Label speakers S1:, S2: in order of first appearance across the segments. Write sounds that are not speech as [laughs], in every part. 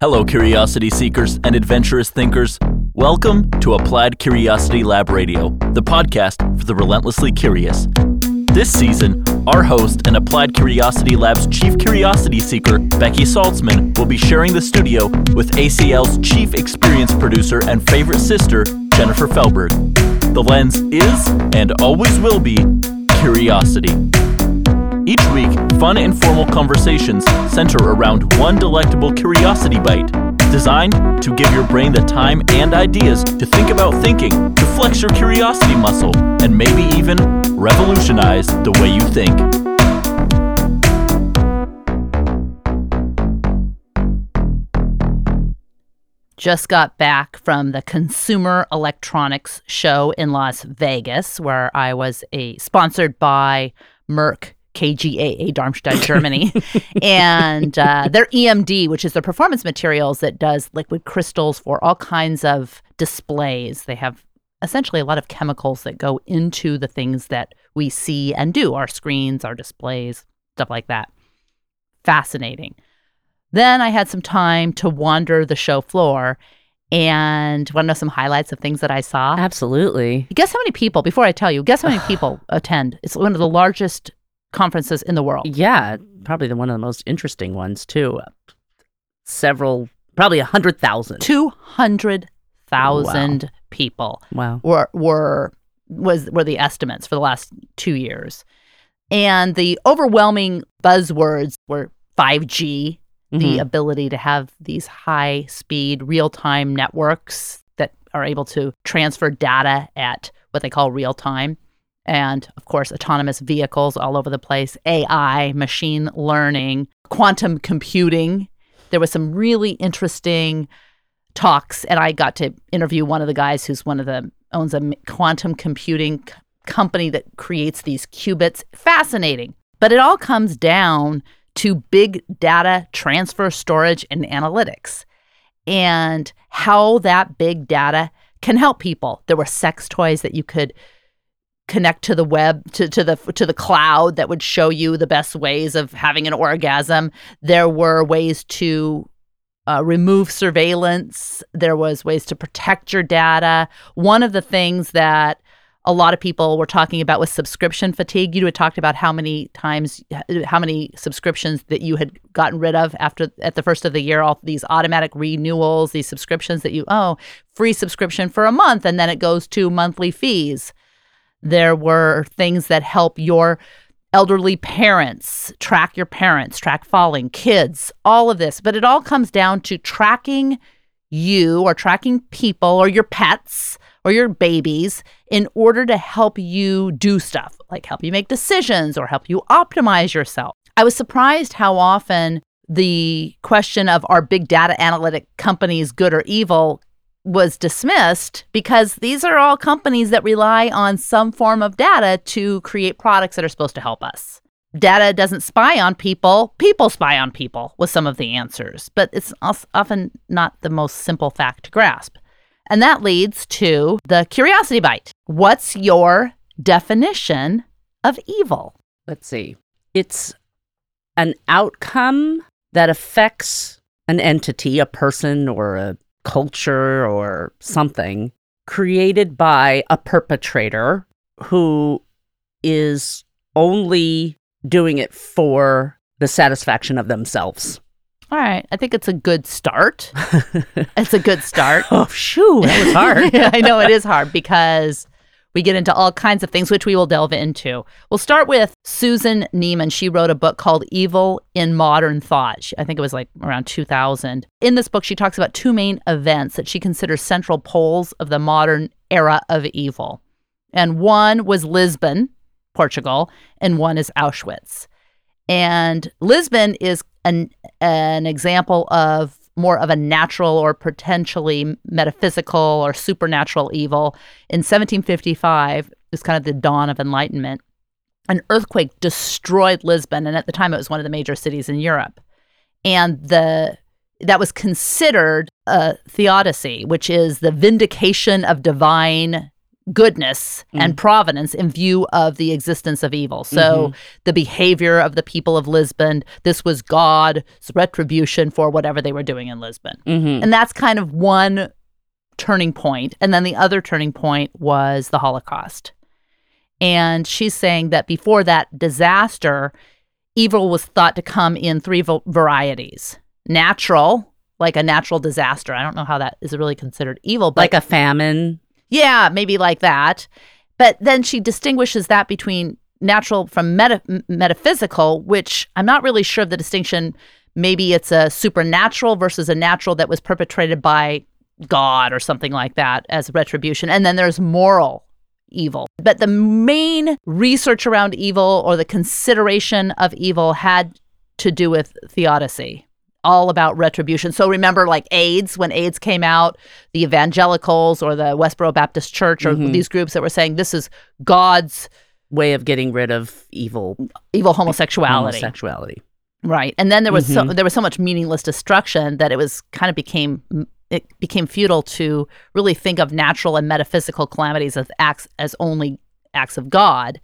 S1: Hello, curiosity seekers and adventurous thinkers. Welcome to Applied Curiosity Lab Radio, the podcast for the relentlessly curious. This season, our host and Applied Curiosity Lab's chief curiosity seeker, Becky Saltzman, will be sharing the studio with ACL's chief experience producer and favorite sister, Jennifer Felberg. The lens is, and always will be, curiosity. Each week, fun informal conversations center around one delectable curiosity bite, designed to give your brain the time and ideas to think about thinking, to flex your curiosity muscle, and maybe even revolutionize the way you think.
S2: just got back from the Consumer Electronics Show in Las Vegas, where I was a sponsored by Merck KGaA Darmstadt, Germany, and uh, their EMD, which is their performance materials that does liquid crystals for all kinds of displays. They have essentially a lot of chemicals that go into the things that we see and do our screens, our displays, stuff like that. Fascinating. Then I had some time to wander the show floor and want to know some highlights of things that I saw.
S3: Absolutely.
S2: Guess how many people, before I tell you, guess how many people attend? It's one of the largest conferences in the world.
S3: Yeah, probably the one of the most interesting ones too. Several, probably a hundred thousand.
S2: 200,000 people
S3: Wow.
S2: were were was were the estimates for the last 2 years. And the overwhelming buzzwords were 5G, the
S3: Mhm.
S2: ability to have these high speed real time networks that are able to transfer data at what they call real time. And of course, autonomous vehicles all over the place, AI, machine learning, quantum computing. There was some really interesting talks, and I got to interview one of the guys who's one of the owns a m- quantum computing c- company that creates these qubits. Fascinating. But it all comes down to big data transfer storage and analytics and how that big data can help people. There were sex toys that you could connect to the web to, to the to the cloud that would show you the best ways of having an orgasm. There were ways to uh, remove surveillance. There was ways to protect your data. One of the things that a lot of people were talking about was subscription fatigue. You had talked about how many times, how many subscriptions that you had gotten rid of after at the first of the year. All these automatic renewals, these subscriptions that you oh free subscription for a month, and then it goes to monthly fees. There were things that help your elderly parents, track your parents, track falling, kids, all of this. But it all comes down to tracking you or tracking people or your pets or your babies in order to help you do stuff, like help you make decisions or help you optimize yourself. I was surprised how often the question of are big data analytic companies good or evil was dismissed because these are all companies that rely on some form of data to create products that are supposed to help us. Data doesn't spy on people, people spy on people was some of the answers, but it's als- often not the most simple fact to grasp. And that leads to the curiosity bite. What's your definition of evil?
S3: Let's see. It's an outcome that affects an entity, a person or a culture or something created by a perpetrator who is only doing it for the satisfaction of themselves.
S2: All right, I think it's a good start. It's a good start.
S3: [laughs] Oh, shoo, that was hard.
S2: Yeah, [laughs] I know it is hard because we get into all kinds of things, which we will delve into. We'll start with Susan Neiman. She wrote a book called Evil in Modern Thought. She- I think it was like around 2000. In this book, she talks about two main events that she considers central poles of the modern era of evil. And one was Lisbon, Portugal, and one is Auschwitz. And Lisbon is an an example of more of a natural or potentially metaphysical or supernatural evil. In 1755 is kind of the dawn of enlightenment. An earthquake destroyed Lisbon, and at the time it was one of the major cities in Europe. And the that was considered a theodicy, which is the vindication of divine goodness and providence in view of the existence of evil. So the behavior of the people of Lisbon, this was God's retribution for whatever they were doing in Lisbon.
S3: [laughs] Mm-hmm.
S2: And that's kind of one turning point. And then the other turning point was the Holocaust. And she's saying that before that disaster, evil was thought to come in three va- varieties natural, like a natural disaster. I don't know how that is really considered evil, but
S3: Like a famine.
S2: yeah, maybe like that. But then she distinguishes that between natural from meta- m- metaphysical, which I'm not really sure of the distinction. Maybe it's a supernatural versus a natural that was perpetrated by God or something like that as retribution. And then there's moral evil. But the main research around evil or the consideration of evil had to do with theodicy, all about retribution. So remember, like AIDS, when AIDS came out, the evangelicals or the Westboro Baptist Church or
S3: Mhm.
S2: these groups that were saying this is God's
S3: Way of getting rid of evil
S2: evil homosexuality.
S3: homosexuality.
S2: Right. And then there was so there was so much meaningless destruction that it was kind of became it became futile to really think of natural and metaphysical calamities as acts as only acts of God.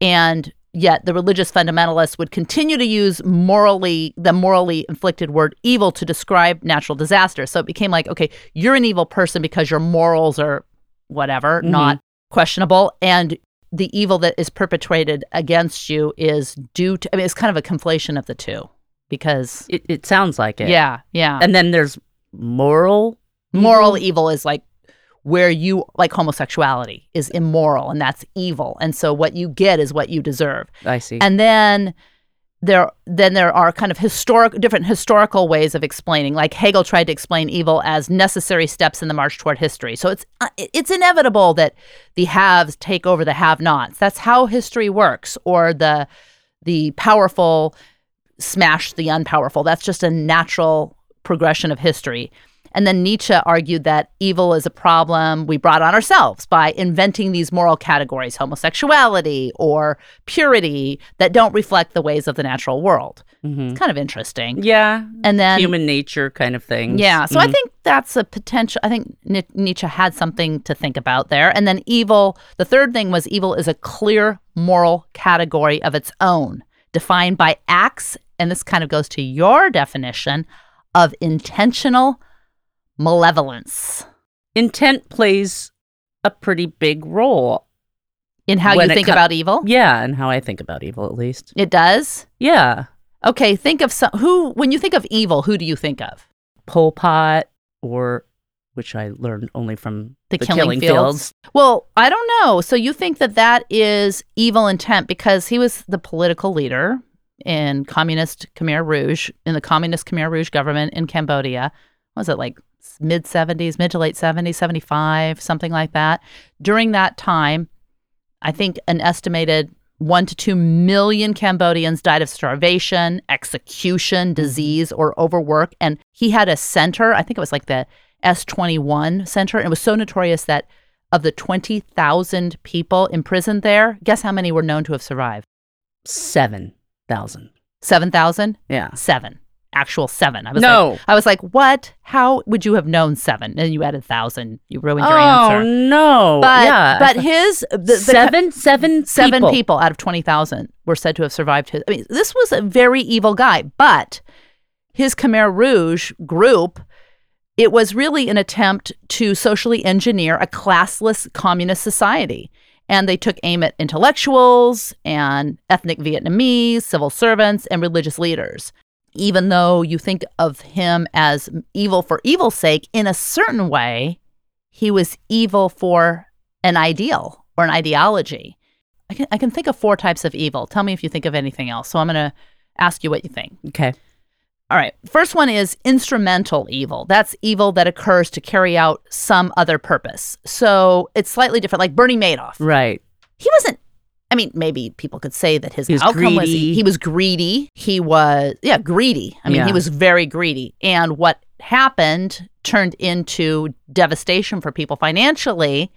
S2: And yet the religious fundamentalists would continue to use morally the morally inflicted word evil to describe natural disaster. So it became like, okay, you're an evil person because your morals are whatever,
S3: Mhm.
S2: not questionable and the evil that is perpetrated against you is due to I mean it's kind of a conflation of the two because
S3: It, it sounds like it.
S2: yeah, yeah.
S3: And then there's moral.
S2: moral evil is like where you like homosexuality is immoral and that's evil. And so what you get is what you deserve.
S3: I see.
S2: And then there then there are kind of historic different historical ways of explaining. Like Hegel tried to explain evil as necessary steps in the march toward history. So it's uh, it- it's inevitable that the haves take over the have-nots. That's how history works or the the powerful smash the unpowerful. That's just a natural progression of history. And then Nietzsche argued that evil is a problem we brought on ourselves by inventing these moral categories, homosexuality or purity, that don't reflect the ways of the natural world.
S3: Mhm.
S2: It's kind of interesting.
S3: Yeah.
S2: And then,
S3: Human nature kind of Mm-hmm. thing.
S2: yeah. So I think that's a potential. I think Ni- Nietzsche had something to think about there. And then, evil, the third thing was evil is a clear moral category of its own, defined by acts. And this kind of goes to your definition of intentional malevolence.
S3: intent plays a pretty big role.
S2: in how
S3: when
S2: you
S3: it
S2: think
S3: co-
S2: about evil.
S3: Yeah, and how I think about evil, at least.
S2: It does.
S3: Yeah.
S2: Okay, think of some who when you think of evil, who do you think of?
S3: Pol Pot, or which I learned only from
S2: The Killing Fields. Well, I don't know. So you think that that is evil intent because he was the political leader in communist Khmer Rouge in the communist Khmer Rouge government in Cambodia. What was it like mid 70s, mid to late 70s, 75, something like that. During that time, I think an estimated 1 to 2 million Cambodians died of starvation,
S3: Mm-hmm.
S2: execution, disease or overwork and he had a center, I think it was like the S21 center and it was so notorious that of the 20,000 people imprisoned there, guess how many were known to have survived?
S3: 7,000.
S2: 7,000?
S3: Yeah.
S2: Seven. Actual seven. I was
S3: No.
S2: like, I was like, what? How would you have known seven? And you added thousand. You ruined your
S3: Oh,
S2: answer.
S3: no.
S2: But
S3: yeah.
S2: but his the, the-
S3: seven, seven,
S2: seven
S3: people.
S2: people. out of 20,000 were said to have survived his. I mean, this was a very evil guy, but his Khmer Rouge group, it was really an attempt to socially engineer a classless communist society. And they took aim at intellectuals and ethnic Vietnamese, civil servants, and religious leaders. Even though you think of him as evil for evil's sake, in a certain way, he was evil for an ideal or an ideology. I can, I can think of four types of evil. Tell me if you think of anything else. So I'm going to ask you what you think.
S3: Okay.
S2: All right. First one is instrumental evil. That's evil that occurs to carry out some other purpose. So it's slightly different, like Bernie Madoff.
S3: Right.
S2: He wasn't. I mean, maybe people could say that his
S3: He was
S2: outcome was he,
S3: greedy.
S2: he was greedy. He was yeah greedy. I mean, he
S3: Yeah.
S2: was very greedy, and what happened turned into devastation for people financially.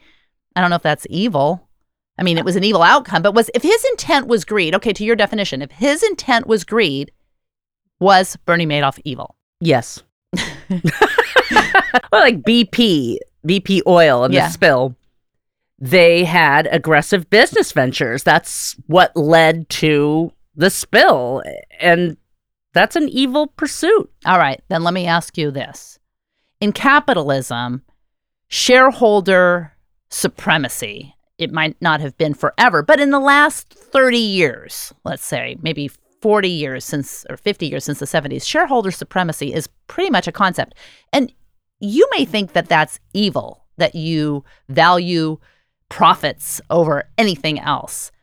S2: I don't know if that's evil. I mean, it was an evil outcome, but was if his intent was greed? Okay, to your definition, if his intent was greed, was Bernie Madoff evil?
S3: Yes. well, like BP, BP oil and
S2: Yeah.
S3: the spill. they had aggressive business ventures. That's what led to the spill. And that's an evil pursuit.
S2: All right, then let me ask you this. In capitalism, shareholder supremacy, it might not have been forever, but in the last 30 years, let's say, maybe 40 years since, or 50 years since the 70s, shareholder supremacy is pretty much a concept. And you may think that that's evil, that you value profits over anything else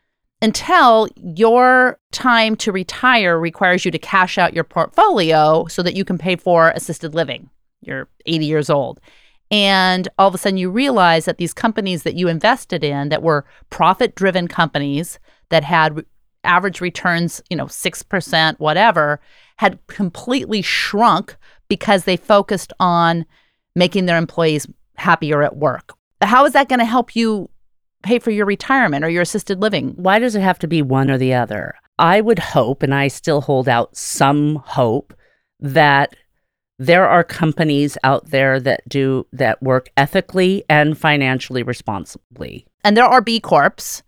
S2: until your time to retire requires you to cash out your portfolio so that you can pay for assisted living. You're 80 years old. And all of a sudden, you realize that these companies that you invested in that were profit driven companies that had average returns, you know, 6%, whatever, had completely shrunk because they focused on making their employees happier at work. How is that going to help you pay for your retirement or your assisted living.
S3: Why does it have to be one or the other? I would hope, and I still hold out some hope, that there are companies out there that do that work ethically and financially responsibly.
S2: And there are B Corps,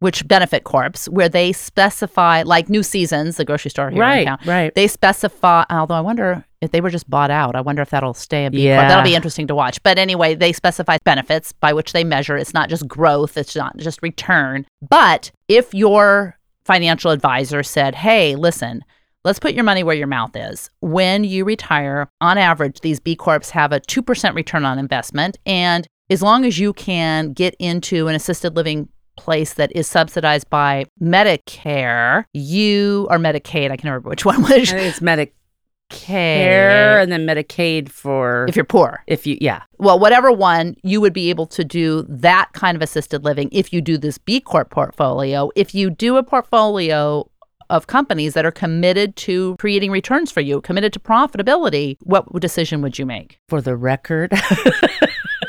S2: which benefit corps, where they specify, like New Seasons, the grocery store here
S3: Right,
S2: in town.
S3: right.
S2: They specify, although I wonder if they were just bought out. I wonder if that'll stay a B
S3: Yeah.
S2: Corp. That'll be interesting to watch. But anyway, they specify benefits by which they measure. It's not just growth, it's not just return. But if your financial advisor said, hey, listen, let's put your money where your mouth is. When you retire, on average, these B Corps have a 2% return on investment. And as long as you can get into an assisted living place that is subsidized by Medicare, you or Medicaid, I can't remember which one was. [laughs]
S3: I think it's Medicare and then Medicaid for
S2: If you're poor.
S3: if you yeah.
S2: well, whatever one, you would be able to do that kind of assisted living if you do this B Corp portfolio. If you do a portfolio of companies that are committed to creating returns for you, committed to profitability, what decision would you make?
S3: For the record. [laughs]
S2: Oh.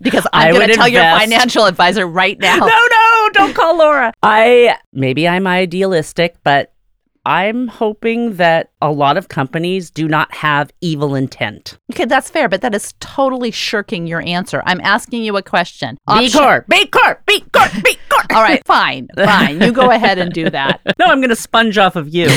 S2: Because
S3: I
S2: I'm going
S3: would
S2: to tell your
S3: invest-
S2: financial advisor
S3: [laughs]
S2: right now.
S3: No, no, don't call Laura. I maybe I'm idealistic, but I'm hoping that a lot of companies do not have evil intent.
S2: Okay, that's fair, but that is totally shirking your answer. I'm asking you a question.
S3: B
S2: Option-
S3: Corp, B Corp, B Corp, B Corp.
S2: All right, fine, fine. You go ahead and do that.
S3: [laughs] No, I'm going to sponge off
S2: [laughs]
S3: of you.
S2: All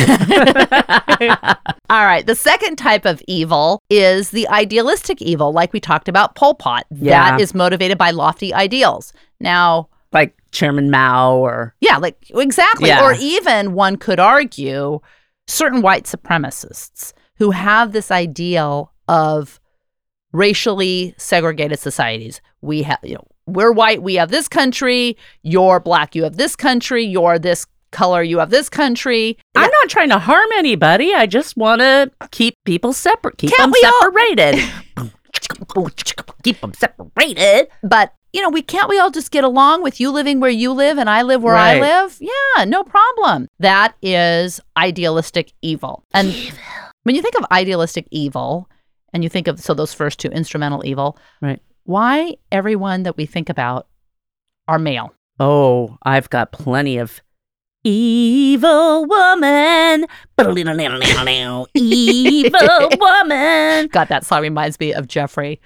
S2: right. The second type of evil is the idealistic evil, like we talked about Pol Pot.
S3: Yeah.
S2: That is motivated by lofty ideals. Now,
S3: like Chairman Mao or
S2: yeah, like exactly.
S3: Yeah.
S2: Or even one could argue certain white supremacists who have this ideal of racially segregated societies. We have, you know, we're white, we have this country. You're black, you have this country. You're this color, you have this country.
S3: I'm not trying to harm anybody. I just want to keep people separate, keep
S2: Can't
S3: them
S2: we all- [laughs]
S3: separated. keep them separated.
S2: but you know we can't we all just get along with you living where you live and i live where
S3: Right.
S2: i live yeah no problem that is idealistic evil and when you think of idealistic evil and you think of so those first two instrumental evil
S3: Right.
S2: why everyone that we think about are male
S3: Oh, I've got plenty of evil woman. [laughs] evil woman.
S2: god that song reminds me of
S3: [laughs]
S2: jeffrey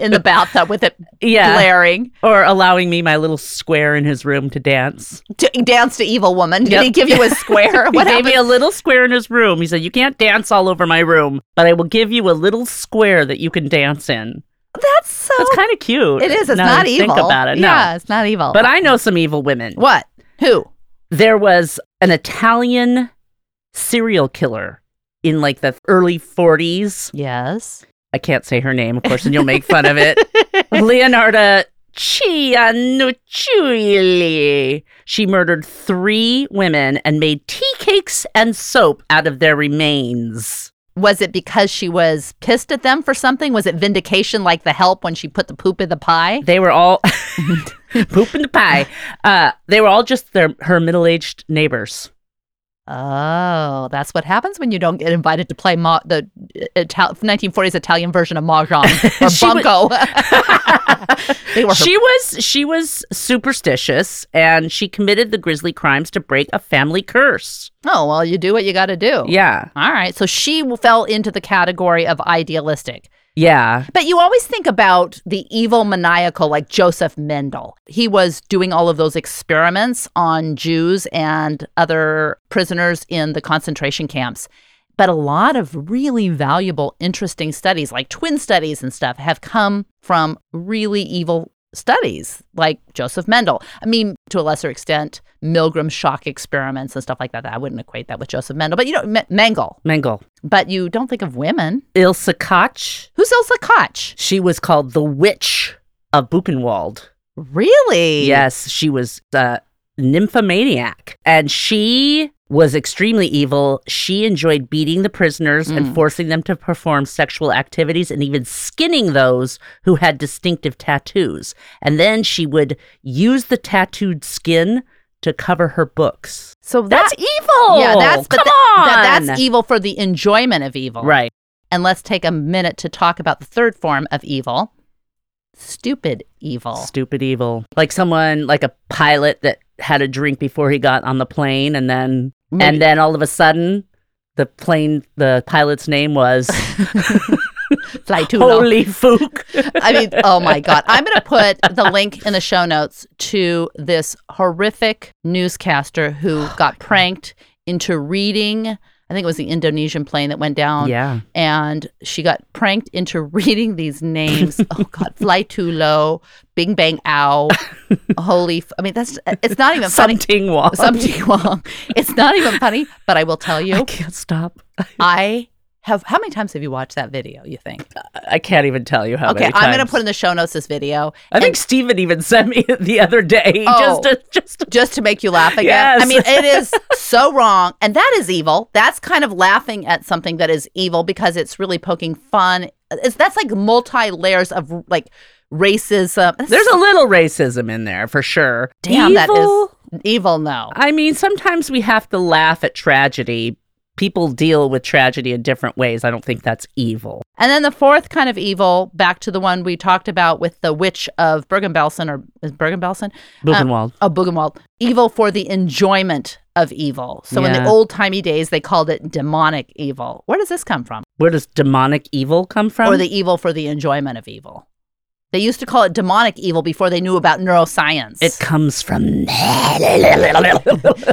S2: in the bathtub with it
S3: Yeah.
S2: blaring
S3: Or allowing me my little square in his room to dance.
S2: D- dance to evil woman did
S3: Yep.
S2: he give you a square
S3: [laughs] He
S2: what
S3: gave me
S2: happened
S3: a little square in his room. He said, You can't dance all over my room, but I will give you a little square that you can dance in.
S2: that's so
S3: That's kind of cute.
S2: Oh, it is it's
S3: now that
S2: not
S3: I
S2: evil
S3: Think about it. No.
S2: yeah it's not evil
S3: But I know some evil women.
S2: What? Who?
S3: there was an Italian serial killer in like the early 40s.
S2: Yes.
S3: I can't say her name, of course, and you'll make fun of
S2: [laughs]
S3: it. Leonarda Cianucciulli. She murdered three women and made tea cakes and soap out of their remains.
S2: Was it because she was pissed at them for something? Was it vindication like the help when she put the poop in the pie?
S3: They were all [laughs] poop in the pie. Uh, they were all just their her middle aged neighbors.
S2: Oh, that's what happens when you don't get invited to play ma- the uh, Ital- 1940s Italian version of [laughs] Mahjong or
S3: She
S2: [laughs]
S3: was-
S2: Bunko. they were her-
S3: she was she was superstitious and she committed the grisly crimes to break a family curse.
S2: oh, well, you do what you got to do.
S3: Yeah.
S2: All right. So she fell into the category of idealistic.
S3: Yeah.
S2: But you always think about the evil maniacal like Joseph Mendel. He was doing all of those experiments on Jews and other prisoners in the concentration camps. But a lot of really valuable, interesting studies, like twin studies and stuff, have come from really evil studies, like Joseph Mendel. I mean, to a lesser extent, Milgram's shock experiments and stuff like that. I wouldn't equate that with Joseph Mendel, but you know, M- Mengel.
S3: Mengel.
S2: But you don't think of women.
S3: Ilse Koch.
S2: Who's Elsa Koch?
S3: She was called the Witch of Buchenwald.
S2: Really?
S3: Yes, she was a nymphomaniac. And she was extremely evil. She enjoyed beating the prisoners
S2: Mm.
S3: and forcing them to perform sexual activities and even skinning those who had distinctive tattoos. And then she would use the tattooed skin to cover her books.
S2: So
S3: That's
S2: that,
S3: evil.
S2: yeah, that's but
S3: come
S2: tha-
S3: on.
S2: tha- that's evil for the enjoyment of evil.
S3: right.
S2: And let's take a minute to talk about the third form of evil. Stupid evil.
S3: Stupid evil. Like someone like a pilot that had a drink before he got on the plane and then
S2: Maybe-
S3: and then all of a sudden the plane the pilot's
S2: [laughs]
S3: name was
S2: Fly too low. [laughs]
S3: Holy Fook.
S2: I mean, oh my
S3: [laughs]
S2: God. I'm going to put the link in the show notes to this horrific newscaster
S3: Oh
S2: who got pranked into reading. I think it was the Indonesian plane that went down.
S3: Yeah.
S2: and she got pranked into [laughs] reading these names. oh God, fly too low, Bing Bang
S3: [laughs]
S2: Ow, holy. F- I mean, that's it's not even funny.
S3: Some ting
S2: [laughs]
S3: wong.
S2: Something wrong. It's not even funny. But I will tell
S3: I
S2: you,
S3: can't stop.
S2: I have. How many times have you watched that video? You think?
S3: I can't even tell you how
S2: okay,
S3: many
S2: I'm gonna
S3: times.
S2: put in the show notes this video.
S3: I think Steven even [laughs] sent me it the other day
S2: Oh.
S3: just to, just to,
S2: just to make you laugh again.
S3: Yes.
S2: I mean,
S3: [laughs]
S2: it is so wrong. And that is evil. That's kind of laughing at something that is evil because it's really poking fun. It's, that's like multi layers of like racism. That's
S3: There's a little racism in there for sure.
S2: Damn, that is-
S3: Evil?
S2: evil no.
S3: I mean, sometimes we have to laugh at tragedy. People deal with tragedy in different ways. I don't think that's evil.
S2: And then the fourth kind of evil, back to the one we talked about with the witch of Bergen-Belsen or is Bergen-Belsen?
S3: Buchenwald.
S2: Oh, Buchenwald. Evil for the enjoyment of evil. So in the
S3: Yeah.
S2: old-timey days, they called it demonic evil. Where does this come from?
S3: Where does demonic evil come from?
S2: or the evil for the enjoyment of evil. They used to call it demonic evil before they knew about neuroscience.
S3: it [coughs] comes from
S2: [laughs]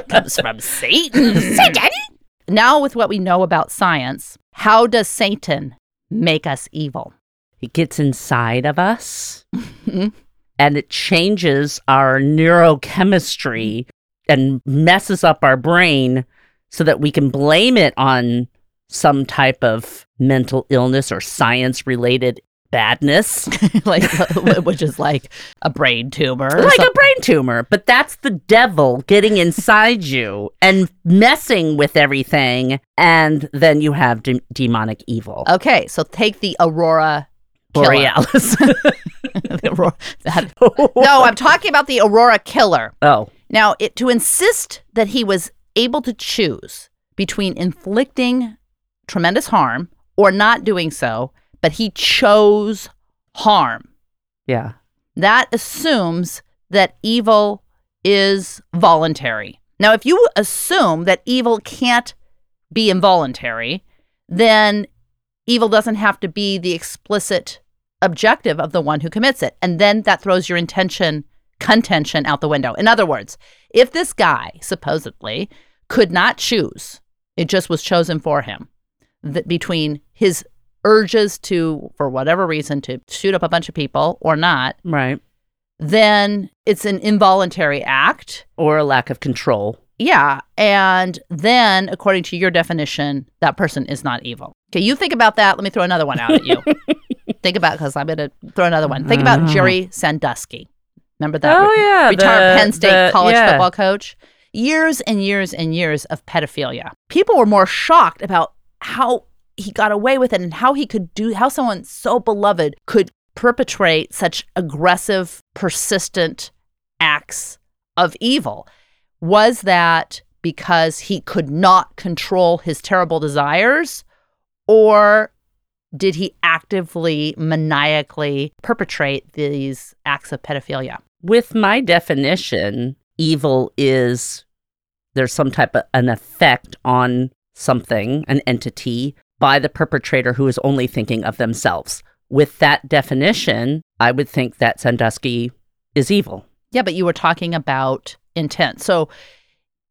S2: comes
S3: [laughs]
S2: from Satan. Satan. Now, with what we know about science, how does Satan make us evil?
S3: It gets inside of us
S2: Mhm.
S3: and it changes our neurochemistry and messes up our brain so that we can blame it on some type of mental illness or science related badness.
S2: [laughs] like, which is like a brain tumor. or
S3: like
S2: something.
S3: a brain tumor, but that's the devil getting inside you and messing with everything. And then you have de- demonic evil.
S2: okay, so take the Aurora. [laughs] killer.
S3: Borealis. [laughs]
S2: The Aurora- that- no, I'm talking about the Aurora killer.
S3: oh,
S2: Now, it, to insist that he was able to choose between inflicting tremendous harm or not doing so, but he chose harm,
S3: yeah.
S2: that assumes that evil is voluntary. Now, if you assume that evil can't be involuntary, then evil doesn't have to be the explicit objective of the one who commits it. And then that throws your intention, contention out the window. In other words, if this guy supposedly could not choose, it just was chosen for him th- between his urges to, for whatever reason, to shoot up a bunch of people or not,
S3: Right.
S2: then it's an involuntary act.
S3: Or a lack of control.
S2: Yeah. And then, according to your definition, that person is not evil. Okay, you think about that. Let me throw another one out at you. think about because I'm going to throw another one. Think about
S3: Uh-huh.
S2: Jerry Sandusky. Remember that?
S3: Oh,
S2: re-
S3: yeah.
S2: Retired Penn State college football coach. Years and years and years of pedophilia. People were more shocked about how he got away with it and how he could do, how someone so beloved could perpetrate such aggressive, persistent acts of evil. Was that because he could not control his terrible desires, or did he actively, maniacally perpetrate these acts of pedophilia?
S3: With my definition, evil is there's some type of an effect on something, an entity, by the perpetrator who is only thinking of themselves, with that definition, I would think that Sandusky is evil.
S2: Yeah, but you were talking about intent. So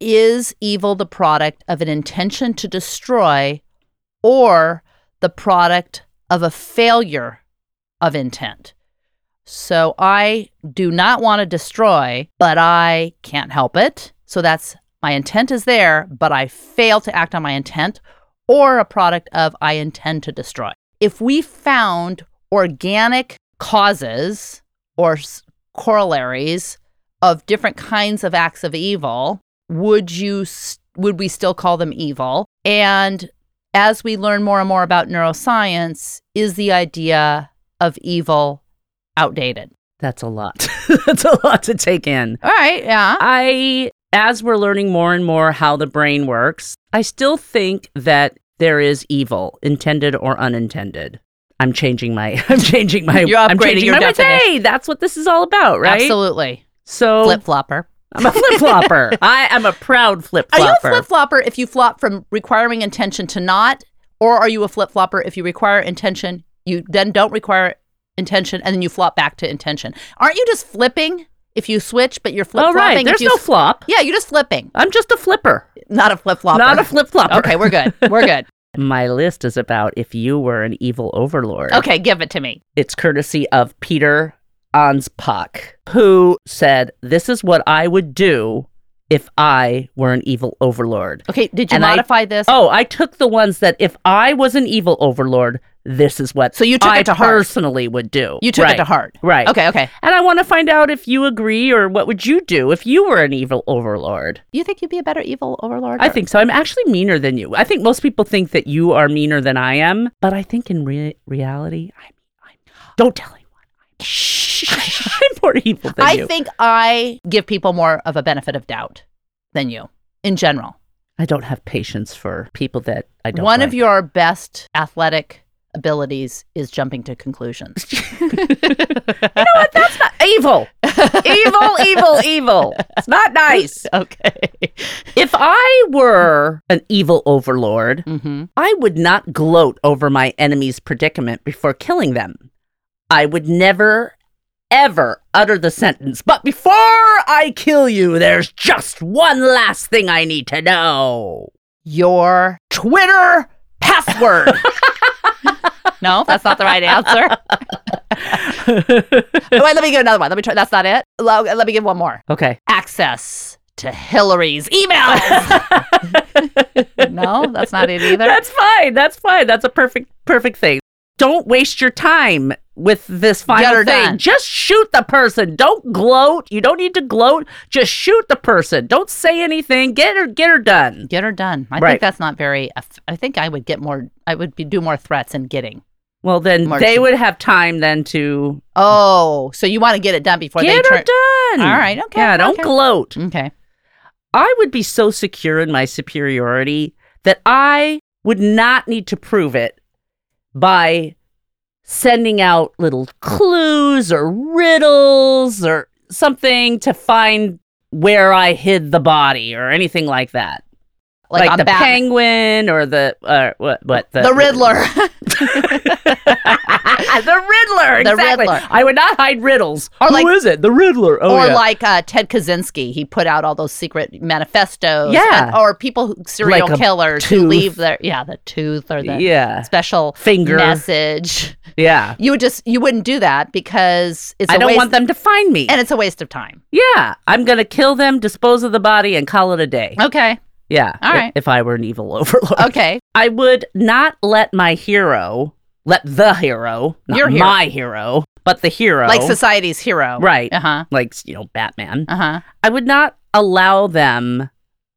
S2: is evil the product of an intention to destroy or the product of a failure of intent? So I do not want to destroy, but I can't help it. So that's my intent is there, but I fail to act on my intent or a product of I intend to destroy. If we found organic causes or s- corollaries of different kinds of acts of evil, would you s- would we still call them evil? And as we learn more and more about neuroscience, is the idea of evil outdated?
S3: That's a lot. [laughs] That's a lot to take in.
S2: All right, yeah.
S3: I, as we're learning more and more how the brain works, I still think that there is evil, intended or unintended. I'm changing my. [laughs] I'm changing my.
S2: You're
S3: I'm
S2: upgrading
S3: changing
S2: your
S3: my
S2: definition.
S3: Hey, that's what this is all about, right?
S2: Absolutely.
S3: So
S2: Flip flopper.
S3: I'm a flip
S2: [laughs]
S3: flopper. I am a proud flip
S2: Are you a
S3: flopper.
S2: flip flopper if you flop from requiring intention to not, or are you a flip flopper if you require intention, you then don't require intention, and then you flop back to intention? Aren't you just flipping if you switch, but you're flip
S3: All
S2: flopping?
S3: Oh, right, there's
S2: you
S3: no flop.
S2: yeah, you're just flipping,
S3: I'm just a flipper,
S2: not a flip flopper. [laughs]
S3: not a flip flopper.
S2: okay, we're good. We're
S3: [laughs]
S2: good.
S3: My list is about if you were an evil overlord.
S2: Okay, give it to me.
S3: It's courtesy of Peter Ansbach, who said, This is what I would do if I were an evil overlord.
S2: Okay, did you
S3: And I-
S2: modify this?
S3: Oh, I took the ones that if I was an evil overlord, this is what
S2: So you took
S3: I
S2: it to heart.
S3: personally would do.
S2: you took
S3: right.
S2: it to heart.
S3: Right.
S2: Okay, okay.
S3: And I want to find out if you agree or what would you do if you were an evil overlord.
S2: You think you'd be a better evil overlord?
S3: I
S2: or-
S3: think so. I'm actually meaner than you. I think most people think that you are meaner than I am, but I think in re- reality, I'm, I'm. Don't tell anyone. I'm, [laughs] I'm more evil than
S2: I
S3: you.
S2: think I give people more of a benefit of doubt than you in general.
S3: I don't have patience for people that I don't.
S2: One
S3: like.
S2: of your best athletic abilities is jumping to conclusions. [laughs] you know what?
S3: That's not evil. evil, evil, evil. It's not nice.
S2: [laughs] Okay.
S3: If I were an evil overlord,
S2: hmm
S3: I would not gloat over my enemy's predicament before killing them. I would never, ever utter the sentence, but before I kill you, there's just one last thing I need to know.
S2: Your Twitter password. [laughs] no, that's not the right answer. [laughs] Wait, let me give another one. Let me try. That's not it. Lo- Let me give one more.
S3: [laughs] okay.
S2: Access to Hillary's emails. [laughs] no, that's not it either.
S3: That's fine. That's fine. That's a perfect, perfect thing. Don't waste your time with this final
S2: Get her
S3: thing.
S2: done.
S3: Just shoot the person. Don't gloat. You don't need to gloat. Just shoot the person. Don't say anything. Get her, get her done.
S2: Get her done. I
S3: Right.
S2: think that's not very. eff- I think I would get more. I would be, do more threats and getting.
S3: Well, then
S2: March.
S3: they would have time then to
S2: Oh, so you want to get it done before
S3: get
S2: they turn?
S3: her done.
S2: All right, okay,
S3: Yeah, don't
S2: okay.
S3: gloat.
S2: Okay.
S3: I would be so secure in my superiority that I would not need to prove it by sending out little clues or riddles or something to find where I hid the body or anything like that.
S2: Like, on
S3: the
S2: Batman-
S3: penguin or the uh, what what
S2: the Riddler.
S3: [laughs] the Riddler,
S2: The
S3: exactly.
S2: Riddler.
S3: I would not hide riddles.
S2: Or like-
S3: Who is it? The Riddler. Oh,
S2: or
S3: yeah.
S2: like uh, Ted Kaczynski, he put out all those secret manifestos.
S3: Yeah.
S2: and- or people, who, serial
S3: Like a
S2: killers who
S3: tooth.
S2: leave their yeah the tooth or the
S3: yeah,
S2: special
S3: Finger.
S2: message.
S3: yeah.
S2: You would just you wouldn't do that because it's I
S3: I
S2: a
S3: don't
S2: waste,
S3: want them to find me.
S2: and it's a waste of time.
S3: Yeah, I'm gonna kill them, dispose of the body, and call it a day. [laughs]
S2: Okay.
S3: Yeah,
S2: All
S3: i-
S2: right. Uh,
S3: If, I were an evil [laughs] overlord,
S2: Okay.
S3: I would not let my hero, let the hero, not
S2: Your hero.
S3: my hero, but the hero,
S2: Like society's hero.
S3: right,
S2: Uh huh.
S3: like you know Batman.
S2: Uh huh.
S3: I would not allow them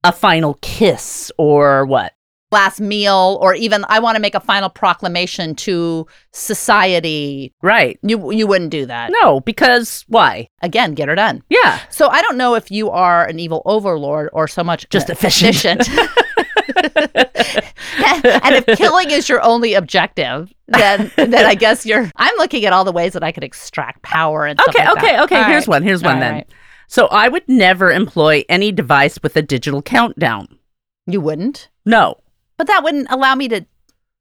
S3: a final kiss or what.
S2: Last meal, or even I want to make a final proclamation to society.
S3: Right?
S2: You you wouldn't do that.
S3: No, because why?
S2: Again, get her done.
S3: Yeah,
S2: So I don't know if you are an evil overlord or so much e-,
S3: Just
S2: an
S3: efficient. [laughs]
S2: [laughs] and if killing is your only objective, then then I guess you're. I'm looking at all the ways that I could extract power and stuff
S3: Okay,
S2: like that.
S3: okay, okay.
S2: All
S3: Here's
S2: right.
S3: one. Here's one
S2: All
S3: then.
S2: right.
S3: So I would never employ any device with a digital countdown.
S2: You wouldn't,
S3: No.
S2: but that wouldn't allow me to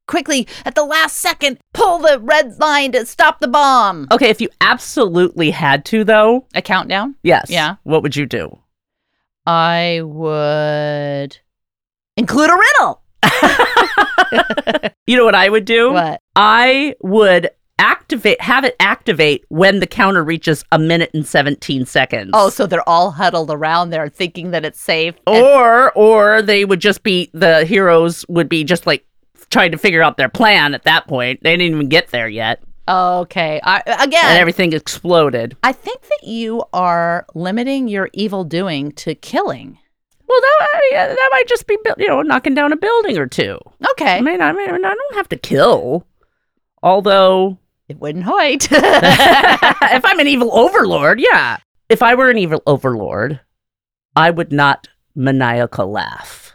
S2: quickly at the last second pull the red line to stop the bomb.
S3: Okay, if you absolutely had to, though,
S2: A countdown.
S3: yes.
S2: Yeah.
S3: What would you do?
S2: I would include a riddle.
S3: You know what I would do?
S2: What?
S3: I would activate, have it activate when the counter reaches a minute and 17 seconds.
S2: Oh, so they're all huddled around there thinking that it's safe.
S3: Oh.
S2: and-
S3: or or they would just be the heroes would be just like trying to figure out their plan at that point. They didn't even get there yet,
S2: okay. I,
S3: and
S2: again,
S3: everything exploded.
S2: I think that you are limiting your evil doing to killing.
S3: Well, that I mean, that might just be bu- you know knocking down a building or two. I
S2: Okay.
S3: mean, I mean, I don't have to kill. Although,
S2: It wouldn't hoit. [laughs]
S3: if I'm an evil overlord, yeah. If I were an evil overlord, I would not maniacal laugh.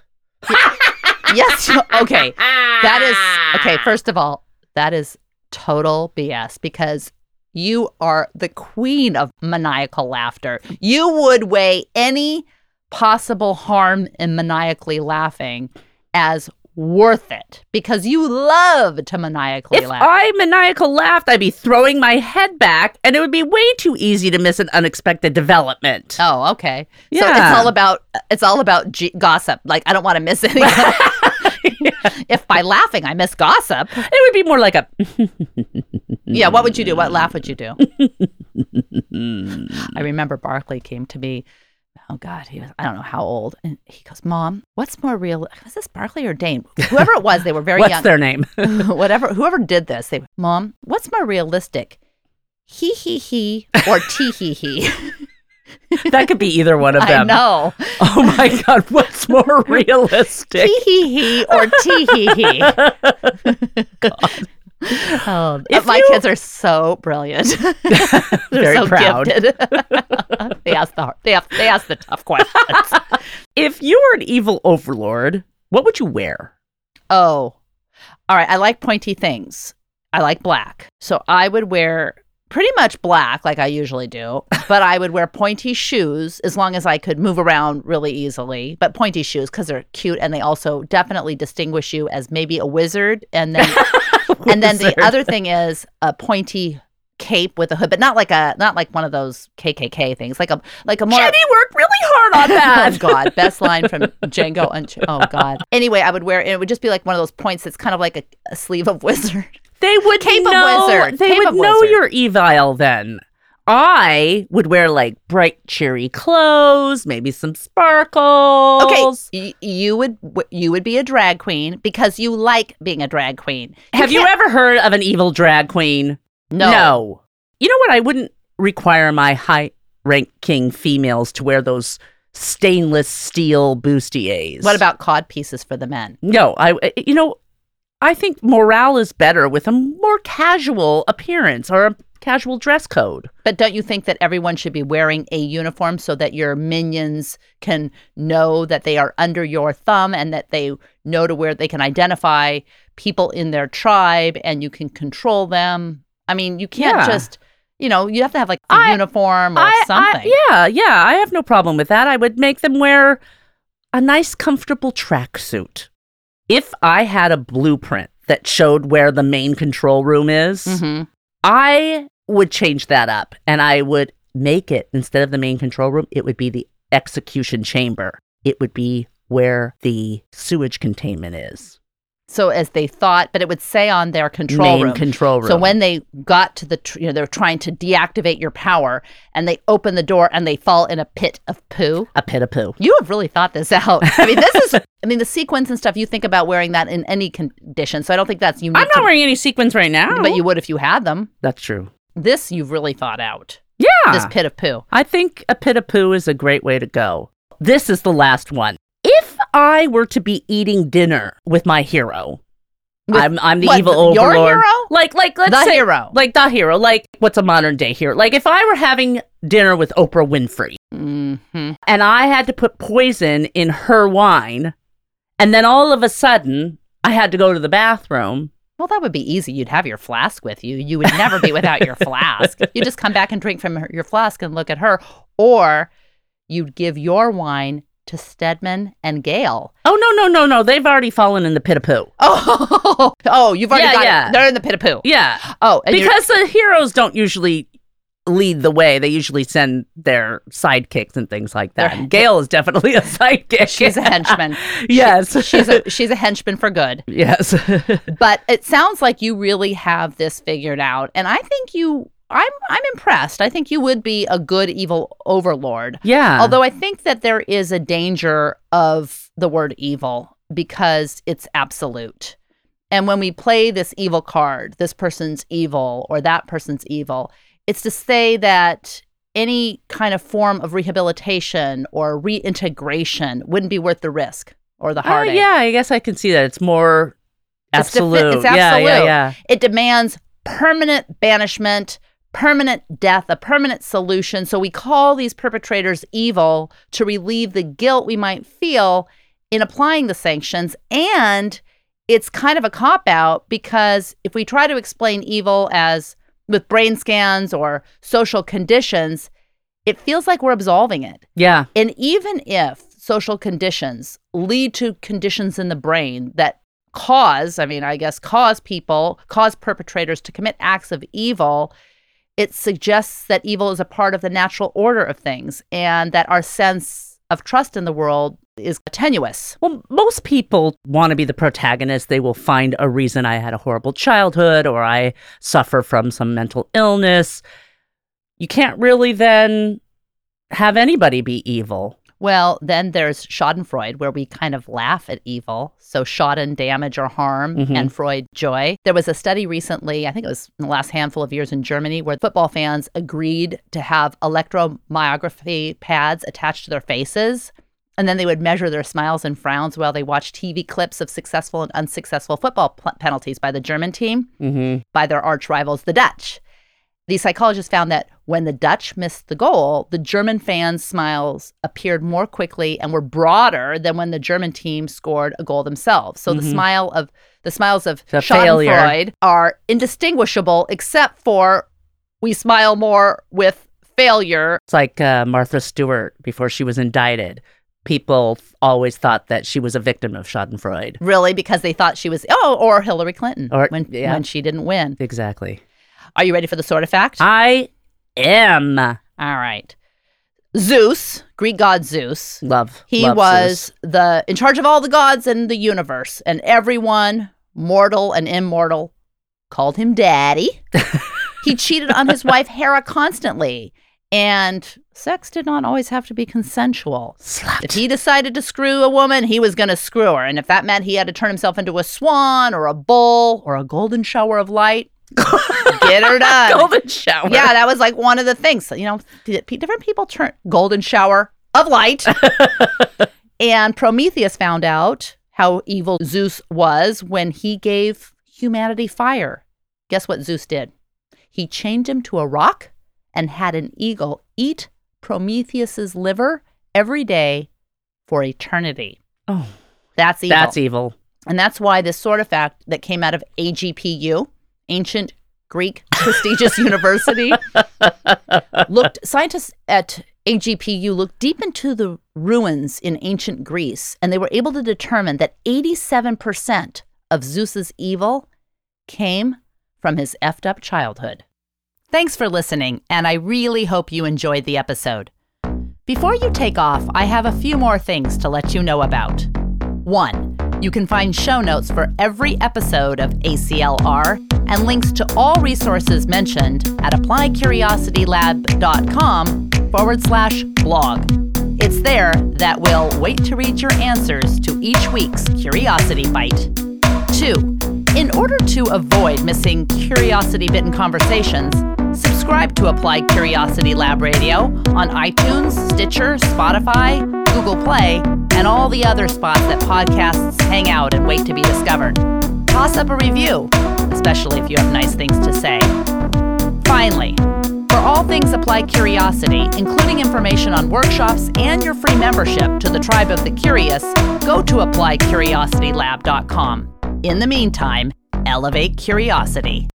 S2: yes. you- Okay. That is okay.
S3: First,
S2: First of all, that is total BS because you are the queen of maniacal laughter. You would weigh any possible harm in maniacally laughing as worth it because you love to maniacally
S3: if
S2: laugh.
S3: I maniacal laughed, I'd be throwing my head back, and it would be way too easy to miss an unexpected development.
S2: Oh, okay. So
S3: Yeah.
S2: it's all about it's all about g- gossip. Like I don't want to miss
S3: [laughs]
S2: anything. [laughs] if by laughing I miss gossip,
S3: It would be more like a.
S2: yeah. What would you do? What laugh would you do?
S3: [laughs] Mm.
S2: I remember Barclay came to me. Oh God, he was I don't know how old, and he goes, "Mom, what's more real? Was this Barclay or Dane? Whoever it was, they were very
S3: What's
S2: young.
S3: their [laughs] name?
S2: [laughs] Whatever, whoever did this, they, Mom, what's more realistic, he he he or tee hee
S3: [laughs]
S2: hee?
S3: that could be either one of
S2: I
S3: them. [laughs]
S2: know,
S3: Oh my god, what's [laughs] more realistic?
S2: tee hee hee or tee hee
S3: [laughs]
S2: hee. [laughs] Oh,
S3: If
S2: my
S3: you-
S2: kids are so brilliant. [laughs] They're
S3: Very
S2: so
S3: proud. [laughs]
S2: gifted. they ask the hard, they ask, they ask the tough
S3: [laughs]
S2: questions.
S3: If you were an evil overlord, what would you wear? [laughs]
S2: Oh, all right. I like pointy things. I like black. So I would wear pretty much black, like I usually do, but I would wear pointy shoes as long as I could move around really easily. But pointy shoes because they're cute and they also definitely distinguish you as maybe a wizard. And
S3: [laughs]
S2: then, and then the
S3: Wizard.
S2: other thing is a pointy cape with a hood, but not like a not like one of those KKK things, like a like a more
S3: Jenny worked really hard
S2: [laughs]
S3: on
S2: oh
S3: that.
S2: God,
S3: [laughs]
S2: best line from Django. Unch- oh God. Anyway, I would wear it. It would just be like one of those points that's kind of like a, a sleeve of [laughs] wizard.
S3: they would
S2: Cape of
S3: know.
S2: wizard,
S3: They
S2: cape
S3: would
S2: of
S3: know
S2: wizard.
S3: you're evil then. I would wear like bright, cheery clothes, maybe some sparkles.
S2: Okay, y- you would w- you would be a drag queen because you like being a drag queen.
S3: Have you ever heard of an evil drag queen?
S2: No.
S3: You know what? I wouldn't require my high ranking females to wear those stainless steel bustiers.
S2: What about cod pieces for the men?
S3: No, I, I- you know, I think morale is better with a more casual appearance or a casual dress code.
S2: But don't you think that everyone should be wearing a uniform so that your minions can know that they are under your thumb and that they know to where they can identify people in their tribe and you can control them? I mean, you can't
S3: Yeah.
S2: just, you know, you have to have like a
S3: I-
S2: uniform or
S3: I- I-
S2: something.
S3: yeah, yeah, I have no problem with that. I would make them wear a nice, comfortable tracksuit. If I had a blueprint that showed where the main control room is,
S2: Mhm.
S3: I would change that up and I would make it instead of the main control room, it would be the execution chamber. It would be where the sewage containment is.
S2: So as they thought, but it would say on their control
S3: main
S2: room.
S3: control room.
S2: So when they got to the, tr- you know, they're trying to deactivate your power and they open the door and they fall in a pit of poo.
S3: a pit of poo.
S2: You have really thought this out. I mean, this is, [laughs] I mean, the sequins and stuff, you think about wearing that in any condition. So I don't think that's unique.
S3: I'm
S2: to-
S3: not wearing any sequins right now.
S2: But you would if you had them.
S3: That's true.
S2: This you've really thought out.
S3: Yeah.
S2: This pit of poo.
S3: I think a pit of poo is a great way to go. This is the last one. If I were to be eating dinner with my hero,
S2: With
S3: I'm I'm the
S2: what,
S3: evil
S2: your
S3: overlord.
S2: hero?
S3: Like like let's
S2: the
S3: say
S2: hero.
S3: like the hero, like what's a modern day hero? Like if I were having dinner with Oprah Winfrey
S2: hmm
S3: and I had to put poison in her wine, and then all of a sudden I had to go to the bathroom.
S2: Well, that would be easy. You'd have your flask with you. You would never be without your flask. You just come back and drink from her, your flask and look at her, or you'd give your wine to Stedman and Gale.
S3: [laughs] Oh no, no, no, no. They've already fallen in the pit of poo.
S2: Oh, oh, you've already
S3: Yeah,
S2: got
S3: yeah.
S2: it. They're in the pit of poo.
S3: Yeah.
S2: Oh, and you're-
S3: because the heroes don't usually lead the way. They usually send their sidekicks and things like that.
S2: They're-
S3: And Gail is definitely a sidekick. [laughs]
S2: she's a henchman.
S3: yes.
S2: she's a she's a henchman for good.
S3: [laughs] yes. [laughs]
S2: But it sounds like you really have this figured out, and I think you. I'm I'm impressed. I think you would be a good evil overlord.
S3: yeah.
S2: Although I think that there is a danger of the word evil because it's absolute. And when we play this evil card, this person's evil or that person's evil, it's to say that any kind of form of rehabilitation or reintegration wouldn't be worth the risk or the
S3: Oh,
S2: heartache.
S3: yeah, I guess I can see that. It's more
S2: eh? It's defi-
S3: absolute.
S2: it's
S3: Yeah, yeah,
S2: absolute.
S3: yeah.
S2: It demands permanent banishment, permanent death, a permanent solution. So we call these perpetrators evil to relieve the guilt we might feel in applying the sanctions. And it's kind of a cop out because if we try to explain evil as with brain scans or social conditions, it feels like we're absolving it.
S3: Yeah.
S2: And even if social conditions lead to conditions in the brain that cause, I mean, I guess, cause people, cause perpetrators to commit acts of evil, it suggests that evil is a part of the natural order of things and that our sense of trust in the world is tenuous.
S3: Well, most people want to be the protagonist. They will find a reason I had a horrible childhood or I suffer from some mental illness. You can't really then have anybody be evil.
S2: Well, then there's Schadenfreude, where we kind of laugh at evil. So, Schaden, damage or harm,
S3: Mhm.
S2: and Freud, joy. There was a study recently, I think it was in the last handful of years in Germany, where football fans agreed to have electromyography pads attached to their faces. And then they would measure their smiles and frowns while they watched TV clips of successful and unsuccessful football pl- penalties by the German team
S3: Mm-hmm.
S2: by their arch rivals, the Dutch. The psychologists found that when the Dutch missed the goal, the German fans' smiles appeared more quickly and were broader than when the German team scored a goal themselves. So the
S3: Mhm.
S2: smile of the smiles of
S3: The failure.
S2: Schadenfreude are indistinguishable except for we smile more with failure.
S3: It's like uh, Martha Stewart before she was indicted. People always thought that she was a victim of Schadenfreude.
S2: Really, because they thought she was oh, or Hillary Clinton
S3: Or-
S2: when
S3: yeah.
S2: when she didn't win.
S3: Exactly.
S2: Are you ready for the sort of fact?
S3: I am
S2: All right, Zeus, Greek god Zeus,
S3: love.
S2: He
S3: love
S2: was
S3: Zeus.
S2: the in charge of all the gods in the universe, and everyone, mortal and immortal, called him daddy. he cheated on his wife Hera constantly, and sex did not always have to be consensual.
S3: Slut.
S2: If he decided to screw a woman, he was going to screw her, and if that meant he had to turn himself into a swan or a bull or a golden shower of light, get her done.
S3: golden shower.
S2: Yeah, that was like one of the things. You know, p- p- different people turn golden shower of
S3: [laughs]
S2: light. and Prometheus found out how evil Zeus was when he gave humanity fire. Guess what Zeus did? He chained him to a rock and had an eagle eat Prometheus's liver every day for eternity.
S3: Oh,
S2: That's evil.
S3: that's evil.
S2: And that's why this sort of fact that came out of AGPU, ancient Greek [laughs] prestigious university, looked scientists at AGPU looked deep into the ruins in ancient Greece and they were able to determine that 87% of Zeus's evil came from his effed up childhood. Thanks for listening, and I really hope you enjoyed the episode. Before you take off, I have a few more things to let you know about. One, you can find show notes for every episode of ACLR and links to all resources mentioned at applycuriositylab.com forward slash blog. It's there that will wait to read your answers to each week's Curiosity Bite. Two, in order to avoid missing curiosity bitten conversations, subscribe to Applied Curiosity Lab Radio on iTunes, Stitcher, Spotify, Google Play, and all the other spots that podcasts hang out and wait to be discovered. Toss up a review, especially if you have nice things to say. Finally, for all things Applied Curiosity, including information on workshops and your free membership to the Tribe of the Curious, go to applycuriositylab.com. In the meantime, elevate curiosity.